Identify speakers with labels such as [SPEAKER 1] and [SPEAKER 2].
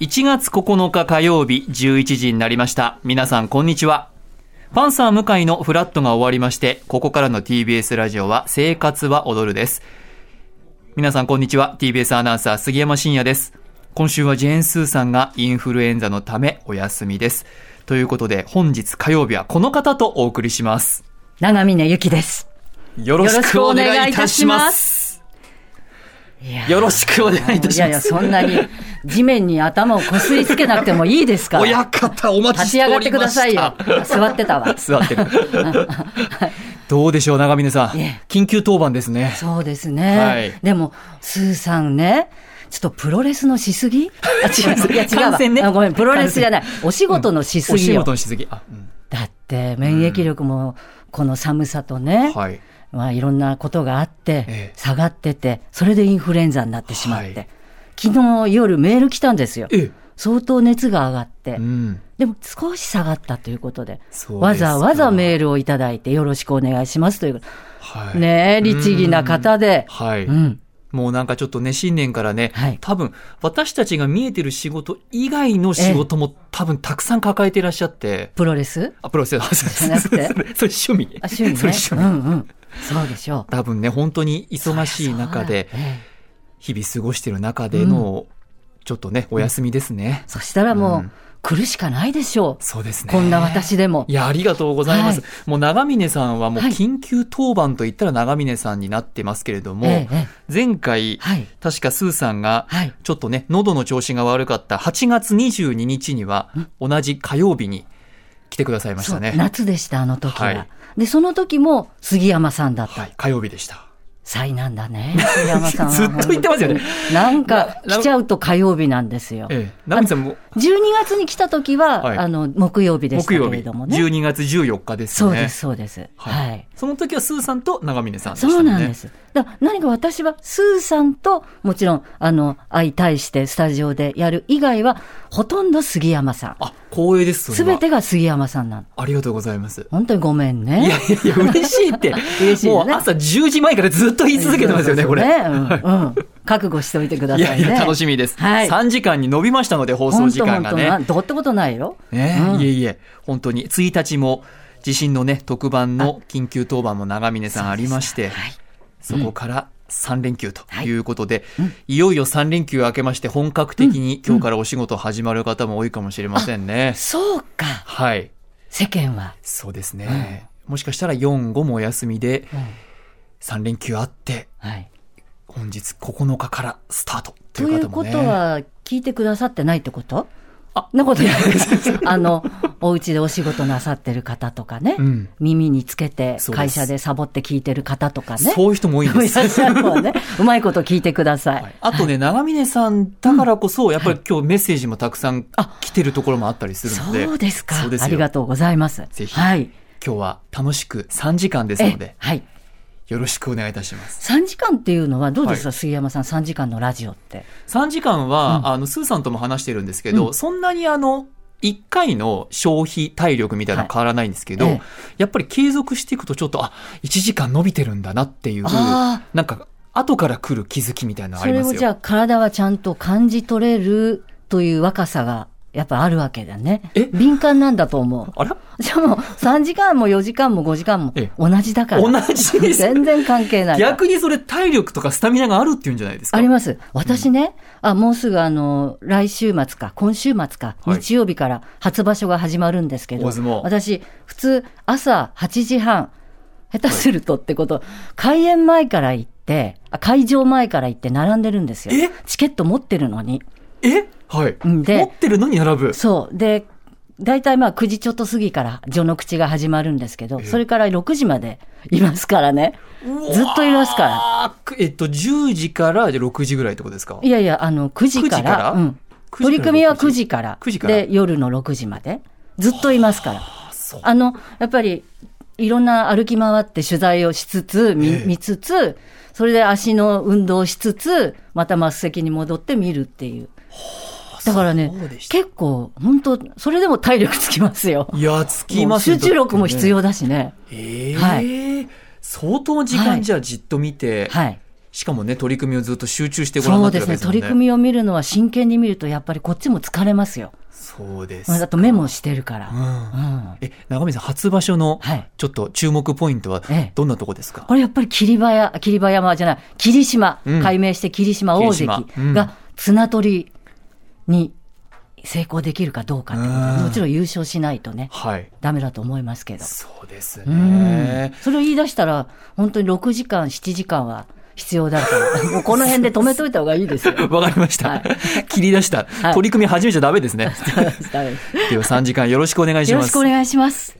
[SPEAKER 1] 1月9日火曜日11時になりました皆さんこんにちはパンサー向井のフラットが終わりましてここからの TBS ラジオは生活は踊るです皆さんこんにちは TBS アナウンサー杉山真也です今週はジェーン・スーさんがインフルエンザのためお休みですということで本日火曜日はこの方とお送りします
[SPEAKER 2] 長峰ゆきです。
[SPEAKER 1] よろしくお願いいたします
[SPEAKER 2] いや
[SPEAKER 1] よろしくお願いいたします
[SPEAKER 2] いやいや、そんなに地面に頭をこすりつけなくてもいいですから。
[SPEAKER 1] 親方お待ち
[SPEAKER 2] 立
[SPEAKER 1] し
[SPEAKER 2] ち
[SPEAKER 1] て
[SPEAKER 2] 上が
[SPEAKER 1] お
[SPEAKER 2] って
[SPEAKER 1] り
[SPEAKER 2] く
[SPEAKER 1] ま
[SPEAKER 2] だ
[SPEAKER 1] した
[SPEAKER 2] さいよ。座ってたわ。
[SPEAKER 1] 座ってる。 どうでしょう、長峰さん
[SPEAKER 2] いえ。
[SPEAKER 1] 緊急当番ですね。
[SPEAKER 2] そうですね。
[SPEAKER 1] はい
[SPEAKER 2] でも、スーさんね、ちょっとプロレスのしすぎあ、違う。いや、違う
[SPEAKER 1] 感
[SPEAKER 2] わ。
[SPEAKER 1] 染ね
[SPEAKER 2] あごめん、プロレスじゃない。お仕事のしす
[SPEAKER 1] お
[SPEAKER 2] ぎ
[SPEAKER 1] 仕
[SPEAKER 2] よ。
[SPEAKER 1] 事のしすぎ。あ、うん
[SPEAKER 2] だって、免疫力も、この寒さとね、
[SPEAKER 1] はい。
[SPEAKER 2] まあ、いろんなことがあって、
[SPEAKER 1] ええ
[SPEAKER 2] 下がってて、それでインフルエンザになってしまって、
[SPEAKER 1] はい
[SPEAKER 2] 昨日夜メール来たんですよ。
[SPEAKER 1] え
[SPEAKER 2] 相当熱が上がって、
[SPEAKER 1] うん。
[SPEAKER 2] でも少し下がったということで、
[SPEAKER 1] そう
[SPEAKER 2] わ
[SPEAKER 1] ですか
[SPEAKER 2] ざわざメールをいただいてよろしくお願いしますという、
[SPEAKER 1] はい。
[SPEAKER 2] ねえ、律儀な方で、
[SPEAKER 1] はい。
[SPEAKER 2] うん、
[SPEAKER 1] もうなんかちょっとね、新年からね、
[SPEAKER 2] はい
[SPEAKER 1] 多分、私たちが見えてる仕事以外の仕事も多分たくさん抱えていらっしゃって、
[SPEAKER 2] プロレス
[SPEAKER 1] あ、プロレスじゃ
[SPEAKER 2] なくて
[SPEAKER 1] それ趣味。
[SPEAKER 2] あ、趣味ね。
[SPEAKER 1] それ趣味。
[SPEAKER 2] うんうん。そうでしょう。
[SPEAKER 1] 多分ね、本当に忙しい中で
[SPEAKER 2] そ、うだええ
[SPEAKER 1] 日々過ごしてる中での、ちょっとね、お休みですね。
[SPEAKER 2] そしたらもう、
[SPEAKER 1] うん
[SPEAKER 2] 来るしかないでしょう。
[SPEAKER 1] そうですね。
[SPEAKER 2] こんな私でも
[SPEAKER 1] い。や、ありがとうございます。
[SPEAKER 2] は
[SPEAKER 1] もう長峰さんはもう
[SPEAKER 2] はい
[SPEAKER 1] 緊急当番といったら長峰さんになってますけれども、
[SPEAKER 2] ええええ
[SPEAKER 1] 前回、
[SPEAKER 2] はい。
[SPEAKER 1] 確かスーさんが、
[SPEAKER 2] はい。
[SPEAKER 1] ちょっとね、喉の調子が悪かった8月22日には、同じ火曜日に来てくださいまし
[SPEAKER 2] そ
[SPEAKER 1] た
[SPEAKER 2] う、
[SPEAKER 1] ね。
[SPEAKER 2] 夏でした、あの時は。
[SPEAKER 1] はい
[SPEAKER 2] で、その時も杉山さんだった。
[SPEAKER 1] はい、火曜日でした。
[SPEAKER 2] 災難だね、杉山さん は。
[SPEAKER 1] ずっと言ってますよね。
[SPEAKER 2] なんか、来ちゃうと火曜日なんですよ。
[SPEAKER 1] ええ、長峰さんも
[SPEAKER 2] 12月に来た時は、
[SPEAKER 1] はい
[SPEAKER 2] あの、木曜日でした
[SPEAKER 1] 木
[SPEAKER 2] け
[SPEAKER 1] 曜
[SPEAKER 2] れ
[SPEAKER 1] 日、
[SPEAKER 2] どもね。
[SPEAKER 1] 12月14日です
[SPEAKER 2] そ
[SPEAKER 1] よ
[SPEAKER 2] う
[SPEAKER 1] ね。
[SPEAKER 2] です、そうです。はい。
[SPEAKER 1] その時はスーさんと長峰さんでした
[SPEAKER 2] そ
[SPEAKER 1] ね。
[SPEAKER 2] うなんで。す。だから何か私は、スーさんと、もちろん、あの、相対してスタジオでやる以外は、ほとんど杉山さん。
[SPEAKER 1] あ、光栄です、そ
[SPEAKER 2] す
[SPEAKER 1] れ
[SPEAKER 2] べ
[SPEAKER 1] は。
[SPEAKER 2] てが杉山さんなの。
[SPEAKER 1] ありがとうございます。
[SPEAKER 2] 本当にごめんね。
[SPEAKER 1] いやいやいや、嬉しいって。
[SPEAKER 2] 嬉しいよね
[SPEAKER 1] もう朝10時前からずっと言い続けてますよね、これ。
[SPEAKER 2] ねうん、うん。覚悟しておいてくだ
[SPEAKER 1] い
[SPEAKER 2] さ
[SPEAKER 1] や
[SPEAKER 2] い
[SPEAKER 1] い
[SPEAKER 2] ね。
[SPEAKER 1] や、楽しみです。
[SPEAKER 2] はい
[SPEAKER 1] 3時間に伸びましたので、放送
[SPEAKER 2] 本
[SPEAKER 1] 時
[SPEAKER 2] 当
[SPEAKER 1] 間
[SPEAKER 2] 本
[SPEAKER 1] が
[SPEAKER 2] 当
[SPEAKER 1] ね。
[SPEAKER 2] などうってことないよ。
[SPEAKER 1] ね
[SPEAKER 2] うん
[SPEAKER 1] いえいえ、本当に。1日も、地震のね、特番の緊急当番も長峰さんありまして、
[SPEAKER 2] はい。
[SPEAKER 1] そこから3連休と
[SPEAKER 2] はい
[SPEAKER 1] いうことで、いよいよ3連休明けまして、本格的に今日からお仕事始まる方も多いかもしれませんね。
[SPEAKER 2] そうか、
[SPEAKER 1] はい。
[SPEAKER 2] 世間は。
[SPEAKER 1] そうですね。もしかしたら4、5もお休みで、3連休あって、
[SPEAKER 2] はい。
[SPEAKER 1] 本日9日からスタートとい
[SPEAKER 2] という
[SPEAKER 1] 方
[SPEAKER 2] う
[SPEAKER 1] も
[SPEAKER 2] こ
[SPEAKER 1] ね。
[SPEAKER 2] とは、聞いてくださってないってこと
[SPEAKER 1] あ
[SPEAKER 2] なことないです。 あの、お家でお仕事なさってる方とかね、
[SPEAKER 1] うん
[SPEAKER 2] 耳につけて
[SPEAKER 1] そうです
[SPEAKER 2] 会社でサボって聞いてる方とかね、
[SPEAKER 1] そういう人も多いんで
[SPEAKER 2] いらっ
[SPEAKER 1] す。
[SPEAKER 2] しゃるの はね、うまいこと聞いてください。
[SPEAKER 1] はいあとね、長峰さんだからこそ、やっぱり今日メッセージもたくさん来てるところもあったりするので、
[SPEAKER 2] そうですか
[SPEAKER 1] そうですよ
[SPEAKER 2] ありがとうございます。
[SPEAKER 1] ぜひ
[SPEAKER 2] はい。
[SPEAKER 1] 今日は楽しく3時間ですので
[SPEAKER 2] え、はい。
[SPEAKER 1] よろしくお願いいたします。
[SPEAKER 2] 3時間っていうのはどうですか、
[SPEAKER 1] は
[SPEAKER 2] 杉山さん、3時間のラジオって。
[SPEAKER 1] 3時間は、あの、スーさんとも話してるんですけど、
[SPEAKER 2] う
[SPEAKER 1] そんなにあの、1回の消費体力みたいなのは変わらないんですけど、
[SPEAKER 2] はいええ
[SPEAKER 1] やっぱり継続していくとちょっと、あ、1時間伸びてるんだなっていう、
[SPEAKER 2] あ
[SPEAKER 1] なんか、後から来る気づきみたいなのあ
[SPEAKER 2] そ
[SPEAKER 1] り
[SPEAKER 2] れ
[SPEAKER 1] ま
[SPEAKER 2] を
[SPEAKER 1] す
[SPEAKER 2] じゃ
[SPEAKER 1] よ。
[SPEAKER 2] あ体はちゃんと感じ取れるという若さがやっぱあるわけだね。
[SPEAKER 1] え
[SPEAKER 2] 敏感なんだと思う。
[SPEAKER 1] あら
[SPEAKER 2] じゃあもう3時間も4時間も5時間も
[SPEAKER 1] ええ
[SPEAKER 2] 同じだから。
[SPEAKER 1] 同じです
[SPEAKER 2] 全然関係ない。
[SPEAKER 1] 逆にそれ体力とかスタミナがあるっていうんじゃないですか。
[SPEAKER 2] あります。私ね、あ、もうすぐあの、来週末か、今週末か、
[SPEAKER 1] はい
[SPEAKER 2] 日曜日から初場所が始まるんですけど、
[SPEAKER 1] 大相撲
[SPEAKER 2] 私、普通、朝8時半、下手するとってこと、開演前から行って、あ会場前から行って並んでるんですよ
[SPEAKER 1] え。
[SPEAKER 2] チケット持ってるのに。
[SPEAKER 1] えはい。
[SPEAKER 2] うんで
[SPEAKER 1] 持ってるのに並ぶ。
[SPEAKER 2] そう。で、大体まあ9時ちょっと過ぎから序の口が始まるんですけど、
[SPEAKER 1] え
[SPEAKER 2] それから6時までいますからね。ずっといますから
[SPEAKER 1] ら。えっと、10時からじゃあ6時ぐらいってことですか
[SPEAKER 2] いやいや、あの、9時
[SPEAKER 1] 9時
[SPEAKER 2] から。
[SPEAKER 1] から
[SPEAKER 2] うん。
[SPEAKER 1] 9時から
[SPEAKER 2] 取り組みは9時から。
[SPEAKER 1] 9時から
[SPEAKER 2] で、夜の6時まで。ずっといますから。
[SPEAKER 1] あ、そう。
[SPEAKER 2] あの、やっぱり、いろんな歩き回って取材をしつつ、見,、
[SPEAKER 1] ええ
[SPEAKER 2] つつ、それで足の運動をしつつ、また末席に戻って見るっていう。だからね
[SPEAKER 1] そうで、した
[SPEAKER 2] 結構、本当それでも体力つきますよ。
[SPEAKER 1] いや、つき
[SPEAKER 2] もう
[SPEAKER 1] ますよ
[SPEAKER 2] 集中力も必。
[SPEAKER 1] だ
[SPEAKER 2] 要だしね。
[SPEAKER 1] ってねええ
[SPEAKER 2] は
[SPEAKER 1] 相当時間じゃあじっと見て、
[SPEAKER 2] はい。
[SPEAKER 1] しかもね、取り組みをずっと集中してご覧に
[SPEAKER 2] そ
[SPEAKER 1] な
[SPEAKER 2] う
[SPEAKER 1] って
[SPEAKER 2] で
[SPEAKER 1] るわ
[SPEAKER 2] す
[SPEAKER 1] けです
[SPEAKER 2] ね。
[SPEAKER 1] もんね。
[SPEAKER 2] 取り組みを見るのは真剣に見ると、やっぱりこっちも疲れますよ。
[SPEAKER 1] そうですか。
[SPEAKER 2] だとメモしてるから。
[SPEAKER 1] うん
[SPEAKER 2] うん。
[SPEAKER 1] え、長見さん、初場所の
[SPEAKER 2] はい、
[SPEAKER 1] ちょっと注目ポイントは
[SPEAKER 2] ええ、
[SPEAKER 1] どんなとこですか、
[SPEAKER 2] これやっぱり霧馬山、霧馬山じゃない、霧島、
[SPEAKER 1] うん
[SPEAKER 2] 改名して霧島大関
[SPEAKER 1] 霧島うん
[SPEAKER 2] が綱取りに成功できるかどうかってこと
[SPEAKER 1] うん
[SPEAKER 2] もちろん優勝しないとね、
[SPEAKER 1] はい。
[SPEAKER 2] ダメだと思いますけど。
[SPEAKER 1] そうです
[SPEAKER 2] うん
[SPEAKER 1] ね。。
[SPEAKER 2] それを言い出したら、本当に6時間、7時間は必要だから、 もうこの辺で止めといた方がいいですよ。
[SPEAKER 1] わかりました。
[SPEAKER 2] はい
[SPEAKER 1] 切り出した。
[SPEAKER 2] い
[SPEAKER 1] 取り組み始めちゃダメですね。
[SPEAKER 2] ダメです
[SPEAKER 1] では3時間よろしくお願いし
[SPEAKER 2] よ
[SPEAKER 1] ま
[SPEAKER 2] ろ
[SPEAKER 1] す
[SPEAKER 2] しくお。願いします。